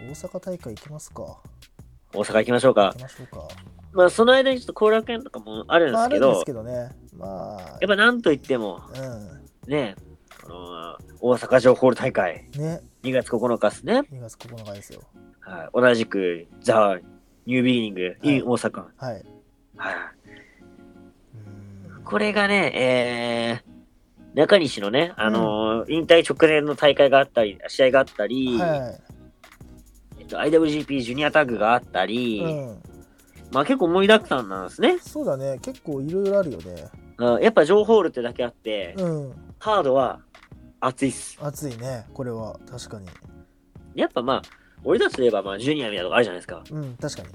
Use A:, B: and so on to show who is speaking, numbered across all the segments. A: 大阪大会行きますか。行
B: 大阪行きましょうか
A: き。ましょうか。
B: まあ、その間にちょっと後楽園とかもあるんで
A: まあ、
B: す
A: あ
B: け
A: るん
B: ど、
A: ですけどね。まあ、
B: やっぱなんといっても、ね、この大阪城ホール大会、
A: うん。ね、
B: 2月9日ですね。
A: 2月9日ですよ。
B: はい、同じく、ザ・ニュービギニング、
A: い
B: in 大阪。
A: はい。
B: はい。
A: うーん
B: これがね、えー、中西のね、あのー引退直前の大会があったり、試合があったり、
A: は
B: えっと、IWGP ジュニアタッグがあった
A: い。
B: り、
A: うん。
B: まあ結構盛りだくさんなんですね。
A: そうだね。結構いろいろあるよね。
B: うんやっぱ情報ールってだけあって、
A: うん。
B: カードは熱いっす。
A: 暑いね。これは。確かに。
B: やっぱまあ、俺たちといえばまあジュニアみたいなとこあるじゃないですか。
A: うん、確かに。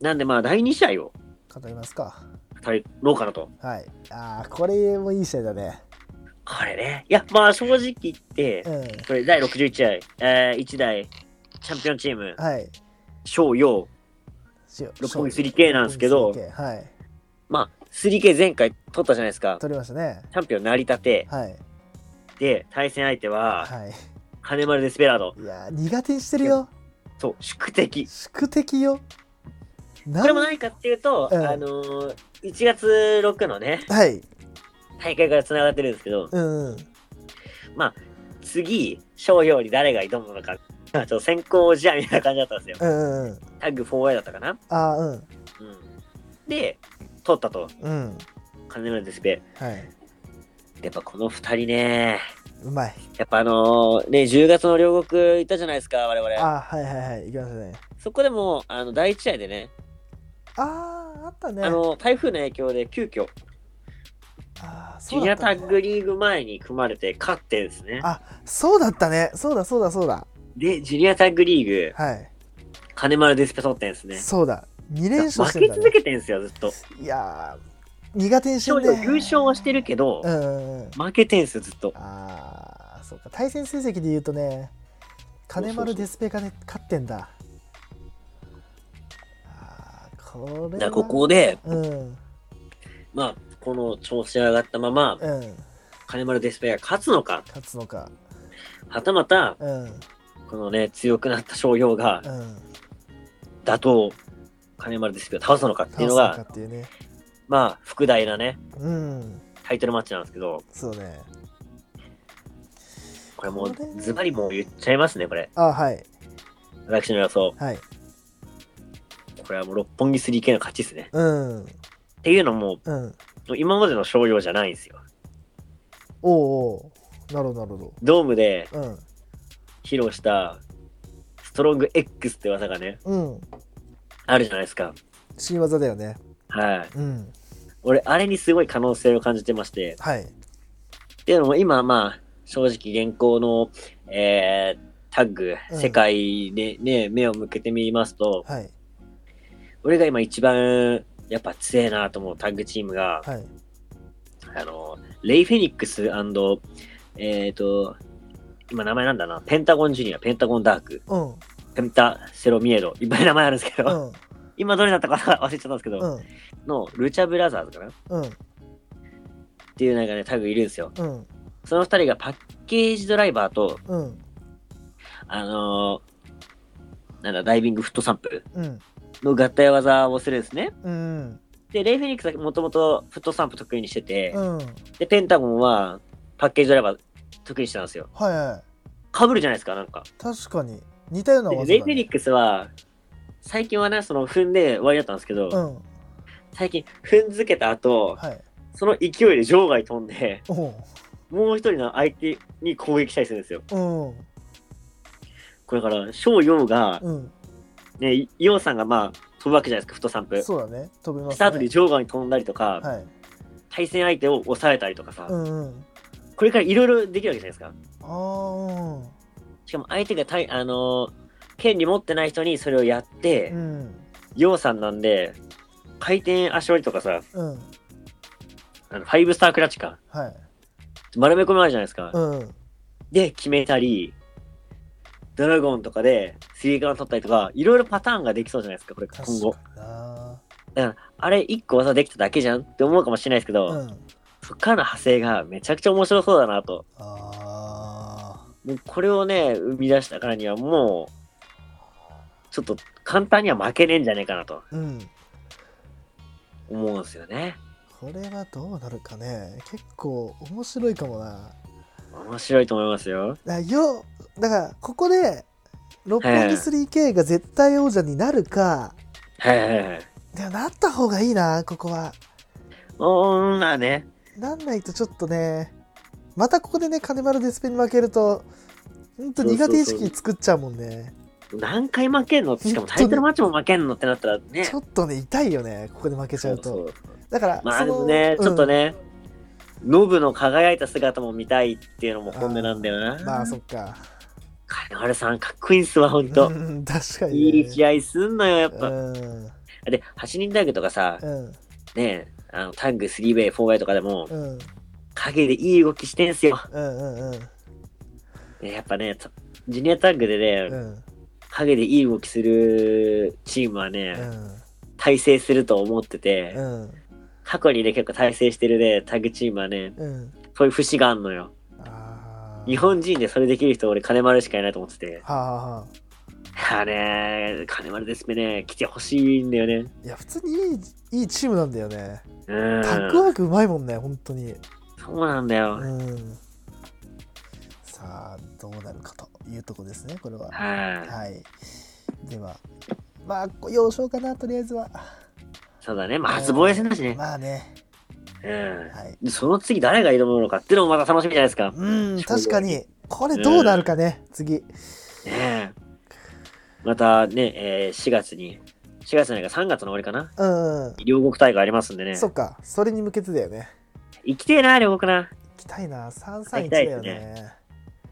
B: なんでまあ第2試合を
A: 語りますか。
B: 語ろうかなと。
A: はい。ああ、これもいい試合だね。
B: これね。いや、まあ正直言って
A: う、ん。
B: これ第61試合、えー、1代チャンピオンチーム、
A: はい。
B: 翔陽、
A: しよう
B: 六本木 3K なんですけど
A: 六本木 3K はい。
B: まあ 3K 前回取ったじゃないですか。
A: 取りましたね。
B: チャンピオン成り立て、
A: はい。
B: で、対戦相手は、
A: はい。
B: 金丸デスペラード。
A: いやー、苦手にしてるよ。
B: そう、宿敵。
A: 宿敵よ。な
B: これも
A: ん
B: 何かっていうと、
A: うん
B: あのー、1月6のね、
A: はい。
B: 大会から繋がってるんですけど、
A: うんうん。
B: 次、翔陽に誰が挑むのか、ちょっと先行試合みたいな感じだったんですよ。
A: うんうん。
B: タッグ 4A だったかな。
A: ああ、うん。
B: うん、で、取ったと、
A: うん。
B: 金村デスペ。
A: はい。
B: やっぱこの2人ね、
A: うまい。
B: やっぱあのーね、10月の両国行ったじゃないですか、我
A: あ
B: 々。
A: あ、はいはいはい。いきましたね。
B: そこでも、あの、第1試合でね、
A: ああ、あったね。
B: あの、台風の影響で急遽、
A: あー
B: ジ
A: そ
B: ュ
A: う
B: ニ
A: だ
B: ア
A: っ
B: タ
A: たね
B: ッグリーグ前に組まれて勝ってですね
A: あ。そうだったね。そうだそうだそうだ。
B: で、ジュニアタッグリーグ、
A: はい。
B: 金丸デスペ取ってんですね。
A: そうだ。2連勝し
B: 負
A: てん
B: け
A: だ
B: 続
A: ね。
B: けてんすよ、ずっと。
A: いやー、苦手にして
B: 勝
A: る
B: 利を
A: ね。
B: 優勝はしてるけど
A: う、んうんうん。
B: 負けてんすよ、ずっと。
A: ああ、そうか。対戦成績で言うとね、金
B: そうそう
A: 丸
B: そう
A: デスペがね、勝ってんだ。ああ、これは。
B: だからここで、
A: うん。
B: まあ、この調子が上がったまま、
A: うん。
B: 金丸デスペが勝つのか、
A: 勝つのか。
B: はたまた、
A: うん。うん。
B: このね、強くなった商業が打倒、金丸デスペを倒すのかっていうの
A: 倒す
B: が、
A: のかっていうね。
B: まあ、副題なね、
A: うん。
B: タイトルマッチなんですけど、
A: そうね。
B: これも
A: これ
B: う、ズバリもう言っちゃいますね、これ。
A: あはい。
B: 私の予想。
A: はい。
B: これはもう、六本木 3K の勝ちですね。
A: うん。
B: っていうのも、
A: うん。
B: 今までの商業じゃないんですよ。
A: おうおう。なるほど、なるほ
B: ドームで
A: ど。うん。
B: 披露した、ストロング X って技がね、
A: うん。
B: あるじゃないですか。
A: 新技だよね。
B: はい。
A: うん。
B: 俺、あれにすごい可能性を感じてまして。
A: はい。
B: っていうのも、今、まあ、正直、現行の、えー、タッグ、
A: うん
B: 世界でね、目を向けてみますと、
A: はい。
B: 俺が今一番、やっぱ強えなと思うタッグチームが、
A: はい。
B: あの、レイ・フェニックスえっ、ー、と、今名前なんだな、ペンタゴン・ジュニア、ペンタゴン・ダーク、
A: うん。うん。
B: ペンタ・セロ・ミエド、いっぱい名前あるんですけど、今どれだったか忘れちゃったんですけど、
A: うん。
B: の、ルチャ・ブラザーズかなっ
A: うん。
B: ていうなんかね、タッグいるんですよ。
A: うん。
B: その二人がパッケージドライバーと、
A: うん。
B: あのーなんだ、ダイビングフットサンプ
A: うん。
B: の合体技をするんですね。
A: うん。
B: で、レイ・フェニックスはもともとフットサンプ得意にしてて、
A: うん。
B: で、ペンタゴンはパッケージドライバー得意にしてたんですよ。
A: はいはい。
B: 被るじゃないですか、なんか。
A: 確かに。似たような
B: で
A: 技だ、ね。
B: レイ・フェニックスは、最近はね、その踏んで終わりだったんですけど、
A: うん。
B: 最近踏んづけた後、
A: はい。
B: その勢いで場外飛んで、
A: おう
B: もう一人の相手に攻撃したりするんですよ。
A: うん。
B: これだから、翔陽が、
A: うん。
B: ね、陽さんがまあ、飛ぶわけじゃないですか、フットサンプ。
A: そうだね。飛びます、ね。
B: した後に場外に飛んだりとか、
A: はい。
B: 対戦相手を抑えたりとかさ、
A: うんうん。
B: これからいろいろできるわけじゃないですか。
A: ああ、
B: しかも相手が対、あのー権利持ってない人にそれをやって
A: う、ん。
B: ヨウさんなんで、回転足折りとかさ、
A: うん。うん。
B: あのファイブスタークラッチか、
A: はい。
B: 丸め込みあるじゃないですか。
A: うん。
B: で、決めたり、ドラゴンとかでスリーカー取ったりとか、いろいろパターンができそうじゃないですか、これ今
A: 確
B: 後。
A: かにな。
B: あれ、一個技できただけじゃんって思うかもしれないですけど、
A: うん。
B: そっからの派生がめちゃくちゃ面白そうだなと。
A: ああ。
B: もうこれをね、生み出したからにはもう、ちょっと簡単には負けねえんじゃねえかなと
A: うん。
B: 思うんですよね。
A: これはどうなるかね。結構面白いかもな。
B: 面白いと思いますよ。
A: だよ、だから、ここで、六本木 3K が絶対王者になるか、
B: はいはいはい。
A: でもなった方がいいな、ここは。
B: おーまあね。
A: なんないとちょっとね、またここでね、金丸デスペに負けると、ほんと苦手意識作っちゃうもんね。
B: 何回負けんのしかもタイトルマッチも負けんのってなったらね。
A: ちょっとね、痛いよね、ここで負けちゃうと。
B: そうそう
A: だから、
B: まあ
A: そ
B: で
A: の
B: もね、
A: うん
B: ちょっとね、ノブの輝いた姿も見たいっていうのも本音なんだよな。
A: まあ、そっか。
B: 金丸さんかっこいいんすわ、ほんと
A: う。ん、確かに、ね。
B: いい試合すんのよ、やっぱ。
A: うん、
B: で、8人タッグとかさ、
A: うん、
B: ねあのタッグ 3way、4way とかでも、
A: うん、
B: 陰でいい動きしてんすよ。
A: うん、うん、
B: ねやっぱね、たジュニアタッグで
A: う
B: ね、
A: ん、
B: 陰でいい動きするチームはね、
A: う
B: 大成すると思ってて、
A: ん、うん、
B: 過去にね、結構大成してるね、タッグチームはね、
A: うん。
B: そういう節があんのよ。
A: あー
B: 日本人でそれできる人、俺、金丸しかいないと思ってて。
A: はあ、はあはあ、
B: いやね、金丸ですね、来てほしいんだよね。
A: いや、普通にいい、いいチームなんだよね。
B: うん
A: タ。ッグワークうまいもんね、本当に。
B: そうなんだよ。
A: うん。さあ、どうなるかというとこですね、これは。
B: はい。
A: はい。では、まあ、要所かな、とりあえずは。
B: そうだね、まあ初防衛戦だしね。
A: まあね、
B: うん。
A: はい。
B: でその次誰が挑むのかっていうのもまた楽しみじゃないですか。
A: うん、
B: 勝負
A: 確かに。これどうなるかね、次。
B: ねえ。またね、えー4月に、4月じゃないか3月の終わりかな。
A: うん、
B: 両国大会ありますんでね。
A: そっか、それに向けてだよね。
B: 行きてえな、両国
A: 行
B: な。
A: きたいな、
B: 行
A: 331
B: きた
A: だ
B: いで
A: よ
B: すね
A: ね。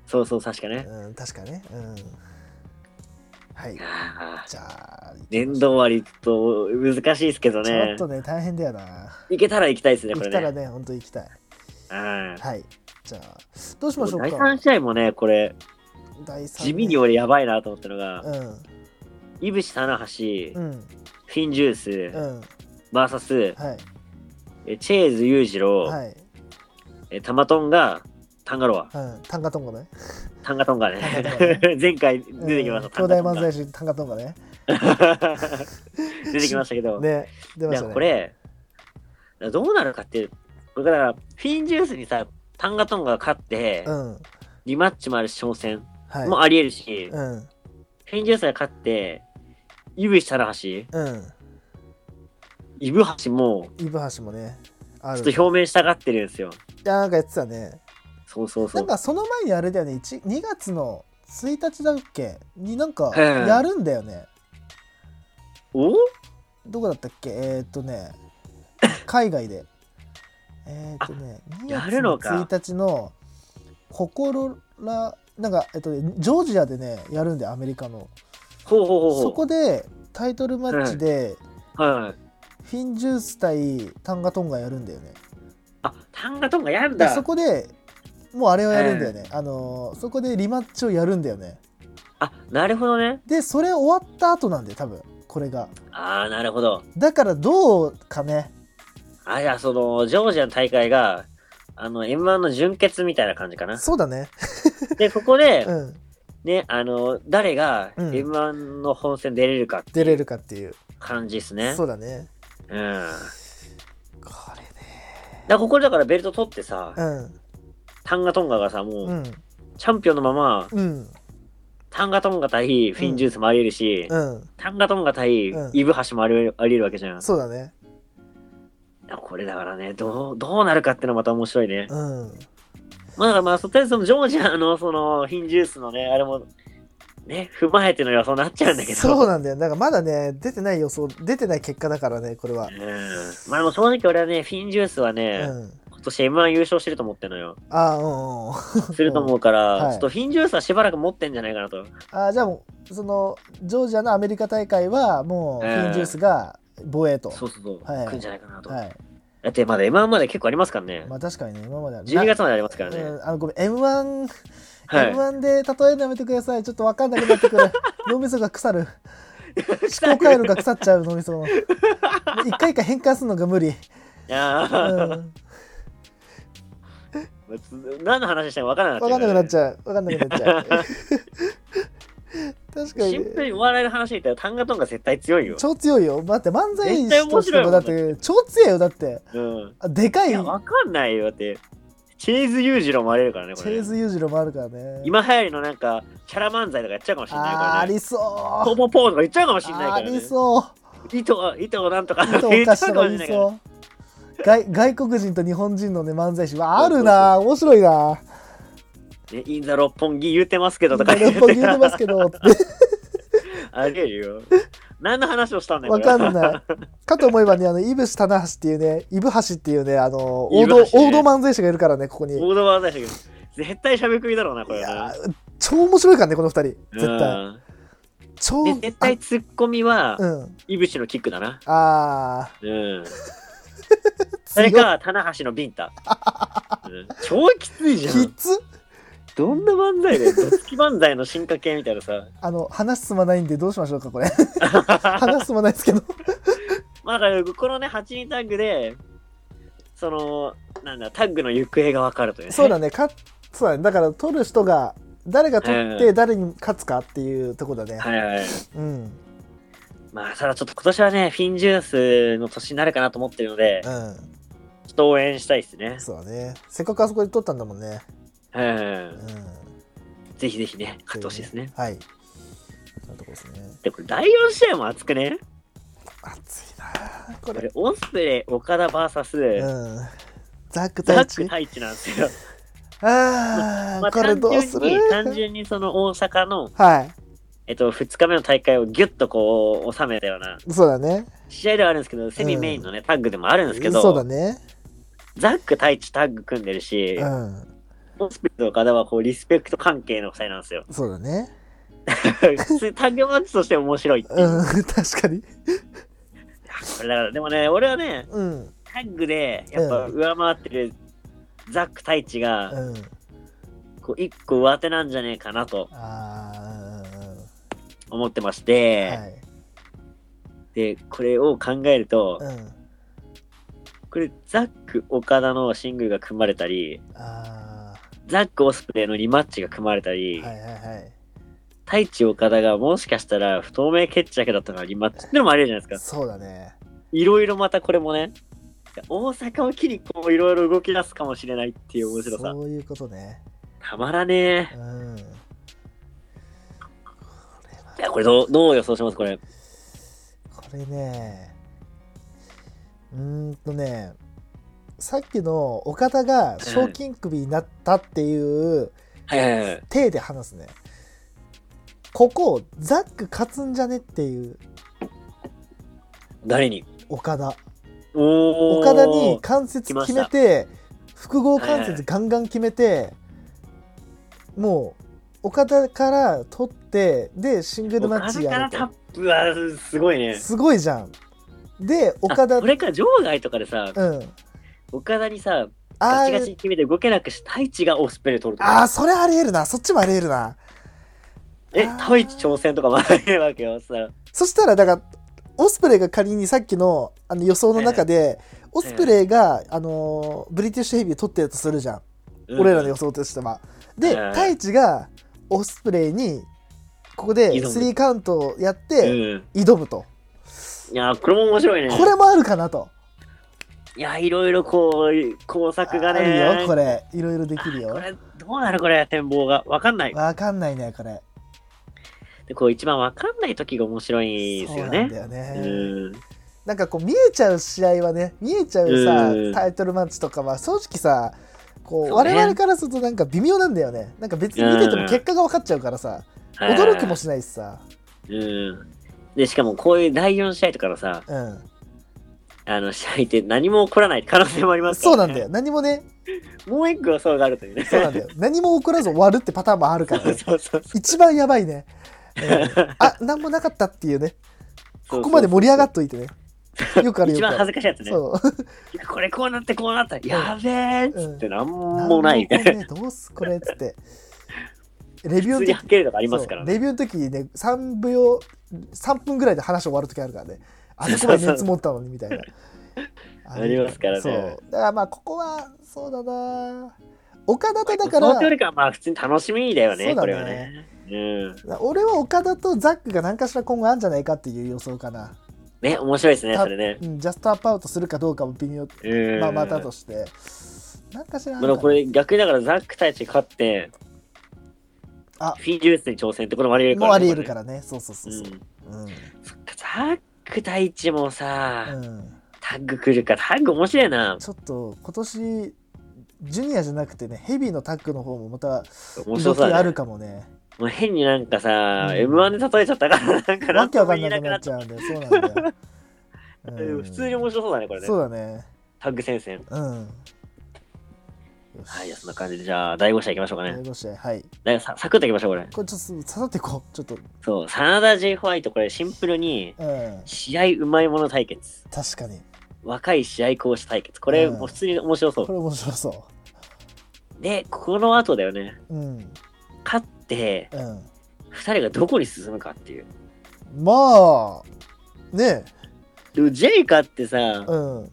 B: そうそう、確かね。
A: うん、確かね。うん。はい。
B: あー
A: じゃあ、行きましょう
B: 年度終わりと難しいですけど
A: ちょ
B: ね
A: っ。とね、大変だよな。
B: 行けたら行きたいですね、
A: 行
B: これ
A: きたら
B: ね。
A: ね、本当行きたい。
B: うん
A: はい。じゃあ、どうしましょう
B: 第
A: か。
B: 3試合もね、これ、
A: 第三
B: 地味に俺やばいなと思ったのが、
A: うん。
B: いぶし棚
A: うん。
B: 橋、フィンジュース、
A: うん。
B: バーサス、
A: はい。
B: えチェーズ裕次郎、
A: はい。
B: えタマトンがタンガロア、
A: うん。タンガトンガね。
B: タンガトンがね
A: タンガトン、
B: 前回
A: うん
B: 出てきました、
A: 兄弟
B: タ
A: 漫
B: ンガトン
A: 才
B: が
A: 師タンガトンガね。
B: 出てきましたけど、
A: ね。出ま
B: い
A: し
B: や
A: たね。
B: これ、どうなるかって、これだから、フィンジュースにさ、タンガトンガが勝って、
A: うん。
B: リマッチもあるし、挑戦
A: はい。
B: もありえるし、
A: うん。
B: フィンジュースが勝って、イブシ棚橋、
A: うん。
B: イブ橋も、
A: イブハシもね。あ
B: ち
A: る。
B: ょっと表明したがってるんですよ。
A: いやなんかやってたね。
B: そうそうそ
A: なん
B: う。
A: かその前にあれだよね。1 2月の1日だっけになんか
B: うん
A: やるんだよね。
B: お
A: どこだったっけえー、っとね、海外で。えー、っとね、2
B: や
A: 月
B: るの
A: の
B: か
A: 1日の、ココロラ、なんか、えっとね、ジョージアでね、やるんで、アメリカの。
B: ほうほうほうほう。
A: そこで、タイトルマッチで、
B: はい。
A: フィンジュース対タンガトンガやるんだよね。
B: あ、タンガトンガやるん
A: で、
B: だ。
A: そこで、もうあれをやるんだよね。あのー、そこでリマッチをやるんだよね。
B: あ、なるほどね。
A: で、それ終わった後なんだよ、多分、これが。
B: ああ、なるほど。
A: だから、どうかね。
B: あ、じゃあ、その、ジョージアの大会が、あの、M1 の準決みたいな感じかな。
A: そうだね。
B: で、ここ で、
A: うん。
B: ね、あの、誰が
A: うん
B: M1 の本戦出れるかって
A: 出
B: い
A: れ
B: う
A: るかっていう。
B: 感じですね。
A: そうだね。
B: うん。だか
A: これね。
B: らここでだからベルト取ってさ、
A: うん。
B: タンガトンガがさ、もう、
A: うん。
B: チャンピオンのまま、
A: うん。
B: タンガトンガ対フィンジュースもありえるし、
A: うん。
B: タンガトンガ対
A: うん
B: イブハシもありえるありえるわけじゃん。
A: そうだね。
B: これだからね、どう、どうなるかってのはまた面白いね。
A: うん。
B: まあまあ、とりあえずそのジョージアのそのフィンジュースのね、あれも、ね、踏まえての予想になっちゃうんだけど。
A: そうなんだよ。なんかまだね、出てない予想、出てない結果だからね、これは
B: う。ん。まあでも正直俺はね、フィンジュースは
A: う
B: ね、
A: ん。
B: 今年 M1 優勝してると思ってんのよ。
A: ああ、うんうん。あ
B: すると思うから、
A: はい
B: ちょっとフィンジュースはしばらく持ってんじゃないかなと。
A: あ、じゃあもう、その、ジョージアのアメリカ大会は、もう、フ
B: ええ
A: ィンジュースが防衛と。
B: そうそうそう、
A: はい
B: 来るんじゃないかなと。
A: はい。
B: だってまだ M1 まで結構ありますからね。
A: まあ確かにね、今までは
B: 12月までありますからね。
A: うん、あのごめん M1、
B: はい。
A: M1 で例えるのやめてくださいちょっと分かんなくなってく る脳みそが腐る思考回路が腐っちゃう脳みその一回一回変換するのが無理、
B: いや
A: う
B: ー、
A: ん、
B: 何の話したか分からなく
A: 分かんなくなっち
B: ゃう
A: ゃう分かんなくなっちゃう確か
B: シン
A: に。
B: プルにお笑いの話で言ったらタンガトンが絶対強いよ。
A: 超強いよ。だって漫才師としてもだっ
B: 絶対面白
A: て
B: い
A: 超強いよ。だって。
B: うん。
A: あでかい
B: いや、わかんないよ。だって、チェイズ裕次郎もあれるからね、こ
A: チ
B: れね。
A: ェイズ裕次郎もあるからね。
B: 今流行りのなんか、キャラ漫才とかやっちゃうかもしれない
A: あー
B: か
A: あ
B: らね。
A: りそう。
B: ポポポーとか言っちゃうかもしれない
A: あ
B: からね
A: り。そう。
B: 糸は、糸をなんとか
A: ちょっ とお
B: 言っちゃ
A: か
B: う
A: しさ
B: かも
A: が
B: しれ
A: 言
B: ないいから。
A: そう。外外国人と日本人のね漫才師はあるな面白いな
B: ね、インザ六本木言うてますけどとか
A: 六
B: 言っ
A: 本木
B: て
A: 言ってますけど って
B: あげる よ。何の話をしたんだよ。
A: わかん
B: い。
A: ない。かと思えばね、あの、イブシ・タナハシっていうね、イブハシっていうね、あの、王
B: イブ
A: 道、
B: ハシね
A: 王道漫才師がいるからね、ここに。い
B: 王道漫才師だけど、絶対しゃべくりだろうな、これ
A: や
B: は
A: ー超面白いからね、この二人。
B: な。
A: 絶対。
B: うん
A: 超、
B: で絶対ツッコミは
A: あ、うん。
B: いぶしのキックだな。
A: あ
B: うん。
A: ー、
B: それ
A: 強い
B: か、棚橋のビンタ。うん超きついじゃ
A: き
B: ん。
A: つ
B: どんな漫才だよ。どつき漫才の進化系みたいなさ。
A: あの、話すまないんでどうしましょうか、これ。話すまないですけど。
B: まあだから、このね、8人タッグで、その、なんだ、タッグの行方がわかるというね。
A: そうだ ね、か、そうだね。だから、取る人が、誰が取っ
B: う
A: て誰に勝つかっていうとこだね。
B: はいはい。
A: うん。
B: まあ、ただちょっと今年はね、フィンジュースの年になるかなと思ってるので、ちょ
A: う
B: っと応援したいですね
A: ん。。そうだね。せっかくあそこで取ったんだもんね。
B: う。
A: うんん。
B: ぜひぜひね、勝ってほしいですね。。
A: はい。そんなとこですね。
B: で、これ第4試合も熱くね。
A: 熱いなあこ
B: こ
A: れ。
B: れ、オスプレイ、岡田 VS、
A: うん。ザック
B: ザ
A: 太
B: ッ
A: 一
B: ク。太一なんですよ。
A: あ
B: ま
A: あ、
B: あ、
A: これどうする
B: 単純に、単純にその大阪の、
A: は
B: えっと、2日目の大会をギュッとこう、収めたような、
A: い。そうだね。
B: 試合ではあるんですけど、セミメインのね、タッグでもあるんですけど、
A: そうだね。
B: ザック太一タッグ組んでるし、
A: うん。
B: オスプレイと岡田はこう、リスペクト関係の2人なんですよ。
A: そうだね。
B: 普通にタッグマッチとして面白いっていう。
A: うん。 確かに。
B: これだからでもね、俺はね、
A: うん。
B: タッグでやっぱ
A: うん
B: 上回ってるザック太一が、
A: うん。
B: こう一個上手なんじゃねえかなと
A: ああ、うんうんうん
B: 思ってまして、
A: はい。
B: で、これを考えると、
A: うん。
B: これザック岡田のシングルが組まれたり、
A: あ
B: ザックオスプレイのリマッチが組まれたり、
A: あ、はいはいはい。
B: 太一岡田がもしかしたら不透明決着だったのがリマッチってのもありえるじゃないですか。
A: そうだね。
B: いろいろまたこれもね、大阪を機にこういろいろ動き出すかもしれないっていう面白さ。
A: そういうことね。
B: たまらねえ
A: う。ん。これはい
B: や、これどう、どう予想しますこれ。
A: これねうーんとねさっきの岡田が賞金首になったっていう
B: はいはいはい。
A: 体で話すねここザック勝つんじゃねっていう
B: 誰に
A: 岡田
B: おー
A: 岡田に関節決めて複合関
B: はいは
A: 節
B: い
A: ガンガン決めてもう岡田から取ってでシングルマッチや
B: 岡
A: る
B: 田
A: と
B: からタップはすごいね。
A: すごいじゃんで岡田
B: あそれか場外とかでさ、
A: うん
B: 岡田にさ、ガ
A: あ
B: チガ
A: ー
B: チに決めて動けなくして、太一がオスプレイ取ると
A: あ
B: か。
A: あ、それありえるな。そっちもありえるな。
B: え、
A: あー
B: 太一挑戦とかもありえるわけよ。さ
A: そしたら、だから、オスプレイが仮にさっきのあの予想の中で、オスプレイが、あのーブリティッシュヘビー取ってるとするじゃん。
B: うん
A: 俺らの予想としては。で、
B: うん
A: 太一がオスプレイに、ここで
B: 挑む
A: 3カウントをやっ
B: う
A: て、
B: ん。
A: 挑むと。
B: いや、これも面白いね。
A: これもあるかなと。
B: いや、いろいろこう、工作が
A: あ
B: ね。
A: るよ、これ。いろいろできる
B: こ
A: よ。
B: れどうなるこれ、展望が。わかんない。
A: わかんないね、これ。
B: で、こう、一番わかんない時が面白いです
A: そう
B: よ
A: なん
B: ね
A: だ。よね。
B: うん。
A: なんかこう見えちゃう試合はね見えちゃうさ
B: うん
A: タイトルマッチとかは正直さこう
B: そうね
A: 我々からするとなんか微妙なんだよねなんか別に見てても結果が分かっちゃうからさ驚きもしないしさ
B: うん。で、しかもこういう第4試合とかのさ、
A: う
B: あの、試合って何も起こらない可能性もありま
A: ん
B: すか
A: そうなん
B: ら、ね。
A: だよ何もね
B: もう一個予想があるというね。
A: そうなんだよ何も起こらず終わるってパターンもあるから
B: そう
A: ね
B: そうそう。
A: 一番やばいねうんあ何もなかったっていう ねここまで盛り上がっといてねよくあるよ
B: 一
A: く
B: 番
A: あ
B: 恥
A: る
B: ずかしいやつね。
A: そう
B: いやこれこうなってこうなった。やべえっつってなんも
A: 何
B: な
A: こ
B: い。普
A: れどうすこれっつってレビューの
B: 通
A: 時
B: に吐けるとかありますから
A: そう
B: ね。
A: レビューの時にね3秒3分ぐらいで話終わる時あるからねあそこまで熱持ったのにみたいな
B: ありますからね
A: そうだからまあここはそうだな岡田とだか
B: 東京よ
A: ら
B: りかはまあ普通に楽しみだよ
A: そ
B: ね、
A: うだね
B: これはね。うん。
A: 俺は岡田とザックが何かしら今後あるんじゃないかっていう予想かな。
B: ね、面白いですね、
A: た
B: それね。
A: うん、ジャストアップアウトするかどうかも微妙、
B: うん。
A: まあ、またとして。何かしらある
B: まあで
A: か
B: もこれ逆にだからザックたち勝って、
A: あ
B: フィジュースに挑戦ってこれもあり得るか
A: も
B: ら
A: う
B: ね。
A: ありえるからね。そうそうそうそう。
B: うん
A: うん。うん。
B: そっかザック大地もさ、タッグ来るか、タッグ面白いな。
A: ちょっと今年、ジュニアじゃなくてね、ヘビーのタッグの方もまた
B: 面
A: 動
B: 白
A: き
B: そう
A: あ
B: だね
A: る。かもね。
B: もう変になんかさ、
A: うん
B: M1 で例えちゃったから、なんか
A: わけわかん
B: も
A: な
B: 言
A: くなっちゃうんで、そうなんだよ。
B: うん普通に面白そうだね、これね
A: そ。うだね。
B: タッグ戦線。
A: うん。よし
B: はい、じゃあそんな感じで、じゃあ、第5試合行きましょうかね。
A: 第五試合、はい。
B: だいさサクッと行きましょう、これ。
A: これちょっと刺さっていこう。ちょっと、
B: そう、真田 J ホワイト、これシンプルに、
A: うん。
B: 試合うまいもの対決。
A: 確かに。
B: 若い試合講師対決。これ、
A: うん
B: もう普通に面白そ
A: こ
B: う。
A: れ面白そ
B: で、この後だよね。
A: う。うん。
B: 勝って、
A: うん。
B: 二人がどこに進むかっていう。
A: まあ、ね
B: でも、ジェイカってさ
A: え、、うん。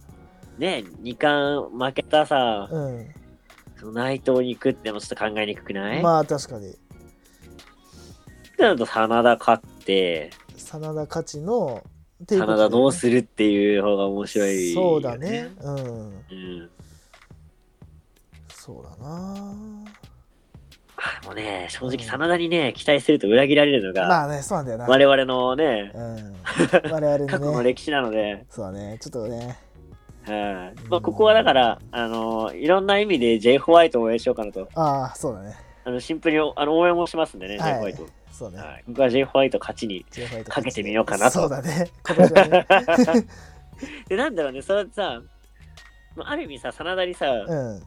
B: ね、二冠負けたさ、
A: うん。
B: その内藤に行くってのもちょっと考えにくくない
A: まあ、確かに。
B: ってなると、真田勝って、
A: 真田勝ちの、っていう
B: 真
A: ことで
B: 田どうするっていう方が面白い、
A: そうだね。。うん。
B: うん。
A: そうだな。
B: あもうね、正直、真田にね、期待すると裏切られるのが、
A: まあね、そうなんだよな。
B: 我々のね、
A: うん。我
B: 過去
A: 々の
B: の
A: ね。
B: 歴史なので、
A: そうだね。ちょっとね。
B: はい
A: うん
B: まあ、ここはだから、あのいろんな意味で J. ホワイトを応援しようかなと、
A: ああ、そうだね。
B: あのシンプルにあの応援もしますんでね、
A: はい
B: J. ホワイト。
A: そうね。
B: はい、僕は J. ホワイト勝 ちに。
A: ジェイホワイト
B: かけてみようかなと
A: そうだね。今年はね
B: で、なんだろうね、それってさ、まあある意味さ、真田にさ、
A: うん。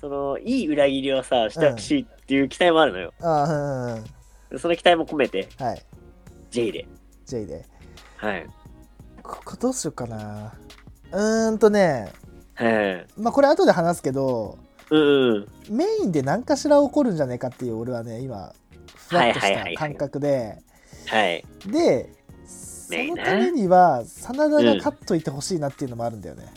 B: そのいい裏切りをさ、してほしいっていう期待もあるのよ。
A: ああ、うんうん。
B: その期待も込めて、
A: はい。
B: J で。
A: J で。
B: はい。
A: ここどうしようかな。うーんとね、
B: はい。
A: まあこれ後で話すけど、
B: うんうん。
A: メインで何かしら起こるんじゃないかっていう俺はね、今、ふわっと
B: はいはいはいは
A: し
B: い
A: た感覚で。
B: はい。
A: で、そ
B: メイン
A: の
B: ね
A: ためには、真田が勝っといてほしいなっていうのもあるんだよね。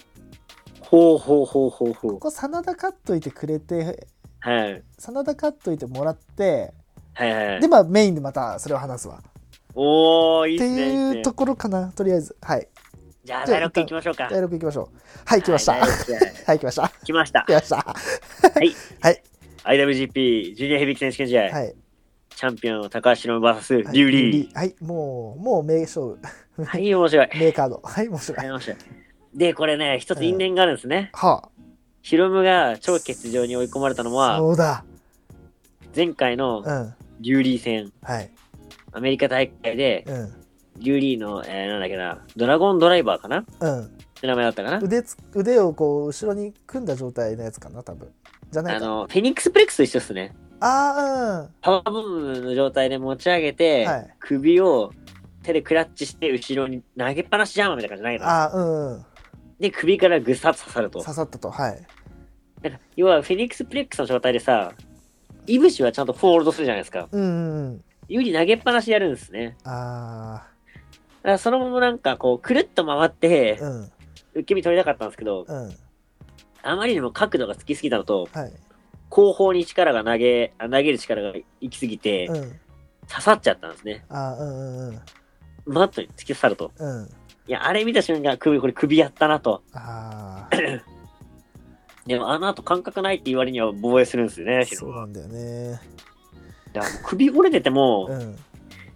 B: ほうほうほうほうほう
A: こ。こ、真田勝っといてくれて、
B: はい。
A: 真田勝っといてもらって、
B: はいはい
A: で、。まあメインでまたそれを話すわ。
B: おー、いいっ
A: って
B: すね。いいっす
A: い
B: ね
A: うところかな、とりあえず。はい。
B: じゃあ、第6回行きましょうか。
A: 第6行きましょう。はい、来ました。
B: は
A: はいい、
B: 第六回
A: 来ました。
B: 来ました。
A: 来ました。 は
B: はい。
A: はい。
B: IWGP ジュニアヘビー級選手権試合、
A: い。
B: チャンピオンの高橋の VS リュウ
A: リ
B: リ
A: ーはい、もう、もう名勝負、
B: ー。はい、面白い。
A: 名カード。はい、面白
B: はい
A: い。
B: 面白い。で、これね、一つ因縁があるんですね。
A: は
B: ヒロムが超欠場に追い込まれたの
A: あ、
B: は、
A: そうだ。
B: 前回の
A: うん。
B: リュウリー戦、
A: はい。
B: アメリカ大会で、
A: うん。
B: リュウリーの、えー、なんだっけな、ドラゴンドライバーかな
A: うん。
B: って名前だったかな
A: 腕つ、腕をこう、後ろに組んだ状態のやつかな、多分。じゃない
B: あ
A: か。
B: の、フェニックスプレックスと一緒っすね。
A: あ
B: パワーボムの状態で持ち上げて、
A: はい
B: 首を手でクラッチして後ろに投げっぱなしジャーマンみたいな感じじゃない
A: あ、うん。
B: の
A: ああ、うん。
B: で首からぐさっと刺さると
A: 刺さったと。はい。
B: なんか要はフェニックスプレックスの状態でさイブシはちゃんとフォールドするじゃないですか
A: うんうんうん。
B: 有利投げっぱなしやるんですね
A: あ
B: だからそのままなんかこうくるっと回って
A: あ、うん。
B: 受け身取りたかったんですけど
A: うん。
B: あまりにも角度がつきすぎたのと
A: はい。
B: 後方に力が投げあ投げる力が行きすぎて
A: うん。
B: 刺さっちゃったんですね
A: ああ、うんうんうん。
B: マットに突き刺さると
A: うん。
B: いやあれ見た瞬間首これ首やったなと
A: あ
B: でもあの後感覚ないって言われには防衛するんですよね
A: あ、
B: ヒ
A: そ
B: ロ
A: う
B: は
A: なんだよね。
B: だからもう首折れてても、
A: うん。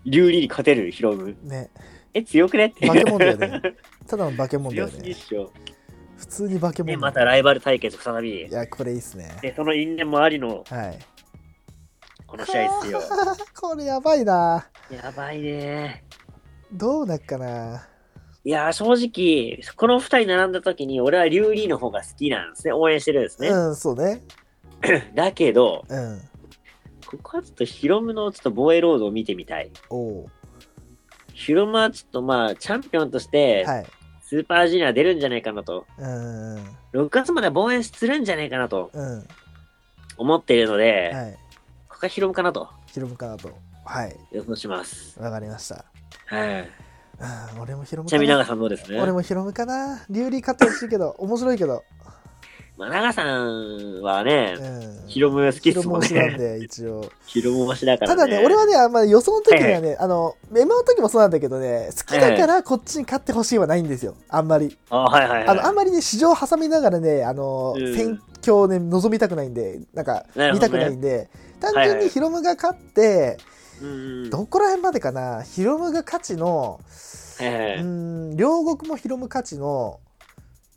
B: リュウリに勝てるヒロム
A: ね。
B: え強くねって
A: 化け物だよ ね。ただの化け物だ
B: 強
A: よ
B: すぎ
A: ね。
B: っしょ
A: 普通に化け
B: で
A: 物。
B: またライバル対決再び
A: いや、これいいっすね。
B: でその因縁もありの
A: はい。
B: この試合ですよ
A: これやばいな。
B: やばいね
A: どうなっかな。
B: いやー正直この2人並んだ時に俺はリュウリの方が好きなんですね応援してるんですね、
A: うん、そうね。
B: だけど
A: うん。
B: ここはちょっとヒロムのちょっと防衛ロードを見てみたい
A: おう。
B: ヒロムはちょっとまあチャンピオンとして
A: はい。
B: スーパージュニア出るんじゃないかなと、
A: うん。うん。
B: 6月まで防衛するんじゃないかなと
A: うん
B: 思っているので、
A: はい。
B: ここが広むかなと
A: ヒロムかなと。はい。
B: 予想します。
A: わかりました。
B: はい。
A: うん俺もヒロム
B: ちな
A: か
B: みに長
A: な。
B: さんどうですね
A: 俺もヒロムかな。リュウリー勝ってほしいけど、面白いけど。
B: まあ、長さんはね、
A: うん。
B: ヒロム好きっす
A: 広
B: もん
A: もしなん
B: ね。
A: で、一応。
B: ヒロム推し だから
A: た
B: ね。
A: だね、俺はね、あんまり予想の時にはね、あの、メモの時もそうなんだけどね、好きだからこっちに勝ってほしいはないんですよ、あんまり。
B: あ、はいはいはい。
A: あの、あんまりね、市場を挟みながらね、あの、
B: うん
A: 選挙をね、望みたくないんで、なんか、
B: なる
A: 見
B: ほ
A: た
B: どね
A: くないんで、単
B: はい
A: 純
B: はい
A: にヒロムが勝って、
B: うんうん
A: どこら辺までかな、ヒロムが勝ちの、
B: はいは
A: う
B: い
A: ん、両国もヒロム勝ちの、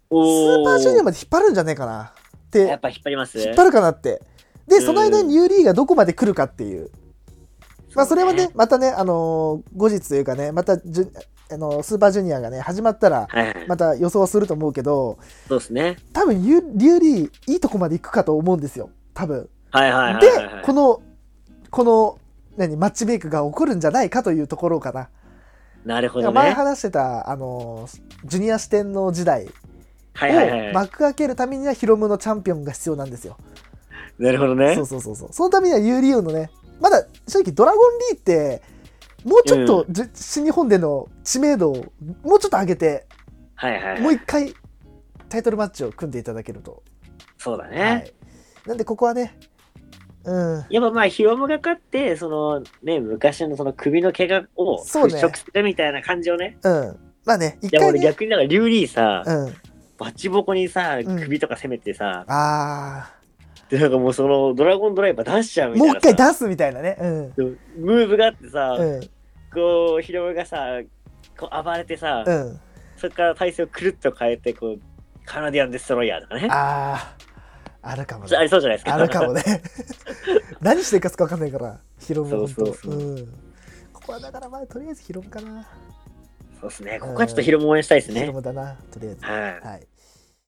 A: ス
B: お
A: ーパージュニアま
B: で。
A: で引っ張るんじゃねえかなっ、
B: やってぱ引っ張ります
A: 引っ張るかなって。で、その間にニューリーがどこまで来るかっていう。まあ、それはね、。またね、あのー後日というかね、またジュ、あのースーパージュニアがね、始まったら、
B: はいはい。
A: また予想はすると思うけど、
B: そうですね。
A: 多分ユ、リュウリー、いいとこまで行くかと思うんですよ、多分。
B: はいはいはい
A: で
B: はいはい。、
A: この、この、何、マッチメイクが起こるんじゃないかというところかな。
B: なるほ
A: だ
B: ど
A: から前
B: ね。
A: 話してた、あのージュニア四天王時代
B: はいはいは
A: を
B: い。
A: 幕開けるためにはヒロムのチャンピオンが必要なんですよ。
B: なるほど
A: そ
B: ね
A: う。そうそうそう。そのためにはユーリオのね、まだ正直ドラゴンリーって、もうちょっと、じゅ新日本での知名度をもうちょっと上げて、
B: はいはい
A: も
B: は
A: う
B: い。
A: 一回タイトルマッチを組んでいただけると。
B: そうだ
A: は
B: ね。
A: い。なんでここはね、うん。
B: やっぱまあ、ヒロムが勝って、そのね、昔のその首の怪我を
A: そう
B: 払
A: ね
B: 拭するみたいな感じをね。
A: うん。まあね、一
B: いや、
A: 回
B: 俺
A: ね、
B: 逆にだから、リュウリーさ、
A: うん。
B: バチボコにさ、
A: うん
B: 首とか攻めてさ、
A: あ
B: で、なんかもうその、ドラゴンドライバー出しちゃう
A: ー、
B: みたい
A: もう
B: な
A: 一
B: さ。
A: 回出すみたいなね。うん。
B: でもムーブがあってさ、
A: うん。
B: こう、ヒロムがさ、こう暴れてさ、
A: うん。
B: そこから体勢をくるっと変えて、こう、カナディアンデストロイヤーとかね。あ
A: あー、あるかもね。
B: りそうじゃないですか。
A: あるかもね。 何してるかすか分かんないから、ヒロム本当。
B: そうそうそうん
A: ここはだからまあとりあえずヒロムかな。
B: そうですね。ここはちょっとヒロム応援したいです
A: ヒロ
B: ね。
A: ムだな、とりあえず。
B: はい。
A: はい。